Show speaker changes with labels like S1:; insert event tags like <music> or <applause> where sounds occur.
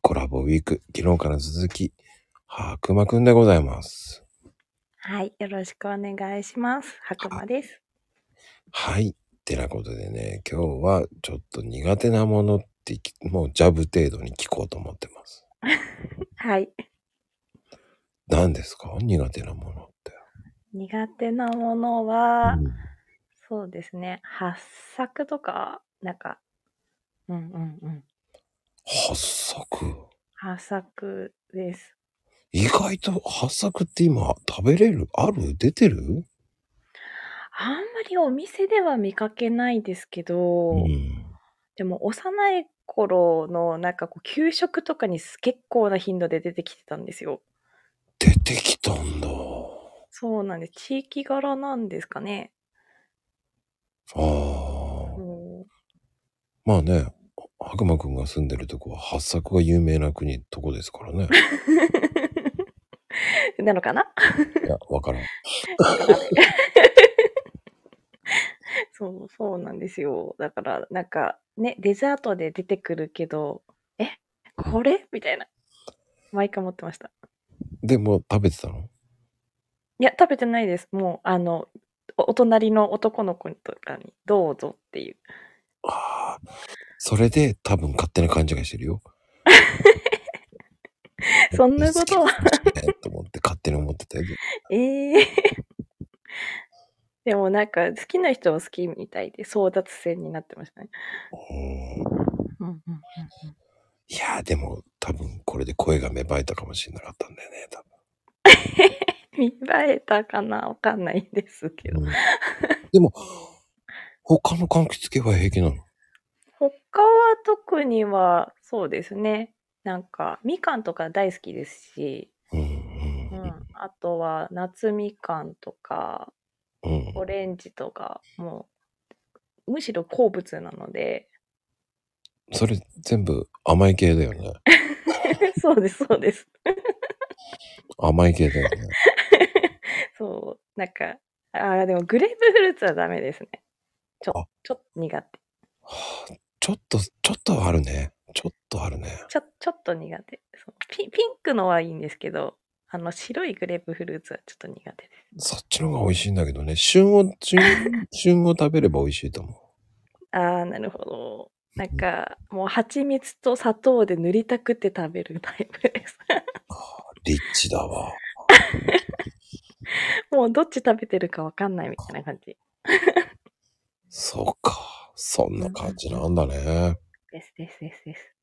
S1: コラボウィーク、昨日から続き、白馬くんでございます。
S2: はい、よろしくお願いします。白馬です。
S1: はい。てなことでね、今日はちょっと苦手なものってき、もうジャブ程度に聞こうと思ってます。
S2: はい。
S1: 何ですか苦手なものって。
S2: 苦手なものは、
S1: うん
S2: そうですね。発作とか、なんか、うんうんうん。
S1: 発作。
S2: 発作です。
S1: 意外と発作って今食べれるある出てる
S2: あんまりお店では見かけないですけど、
S1: うん。
S2: でも幼い頃のなんかこう給食とかに結構な頻度で出てきてたんですよ。
S1: 出てきたんだ。
S2: そうなんです。地域柄なんですかね。
S1: ああ。
S2: うん
S1: まあね、白馬くんが住んでるとこは発作が有名な国、とこですからね。
S2: <laughs> なのかない
S1: や、わからん。
S2: そう、そうなんですよ。だから、なんか、ね、デザートで出てくるけど、え、これみたいな。毎回持ってました。
S1: でも食べてたの
S2: いや、食べてないです。もう、あの、おお隣の男の子とかに、どうぞっていう。
S1: ああ。それで多分勝手な勘違い
S2: <laughs>
S1: してるよ。
S2: そんなこと
S1: 好
S2: は
S1: きだねと思って勝手に思ってたよ。
S2: ええ <laughs> でも、なんか、好きな人は好きみたいで、争奪戦になってましたね。
S1: うん
S2: うんうんうんうん
S1: いやーでも多分これで声が芽生えたかもしれなかったんだよね、多
S2: 見栄えたかなわかんないんですけど。
S1: 分。うんでも、他の柑橘系は平気なの
S2: 他は特にはそうですねなんかみかんとか大好きですし、
S1: うん
S2: う
S1: うん
S2: ん、あとは夏みかんとか
S1: うん。
S2: オレンジとかもうむしろ好物なので <laughs>
S1: それ全部甘い系だよね。
S2: そうですそうです <laughs>
S1: 甘い系だよね。
S2: そうなんかあーでもグレープフルーツはダメですねち
S1: あ
S2: ょちょっと苦手
S1: はあちょっと、ちょっとはあるね。ちょっとあるね。
S2: ちょちょっと苦手そうピピンクのはいいんですけどあの白いグレープフルーツはちょっと苦手です
S1: そっちの方が美味しいんだけどね。旬を、旬、旬を食べれば美味しいと思
S2: ああ、なるほど。
S1: う。
S2: なんか、もう蜂蜜と砂糖で塗りたくって食べるタイプです。 <laughs>
S1: リッチだわ。
S2: もうどっち食べてるかわかんないみたいな感じ
S1: そうか。そんな感じなんだね。
S2: ですですですです。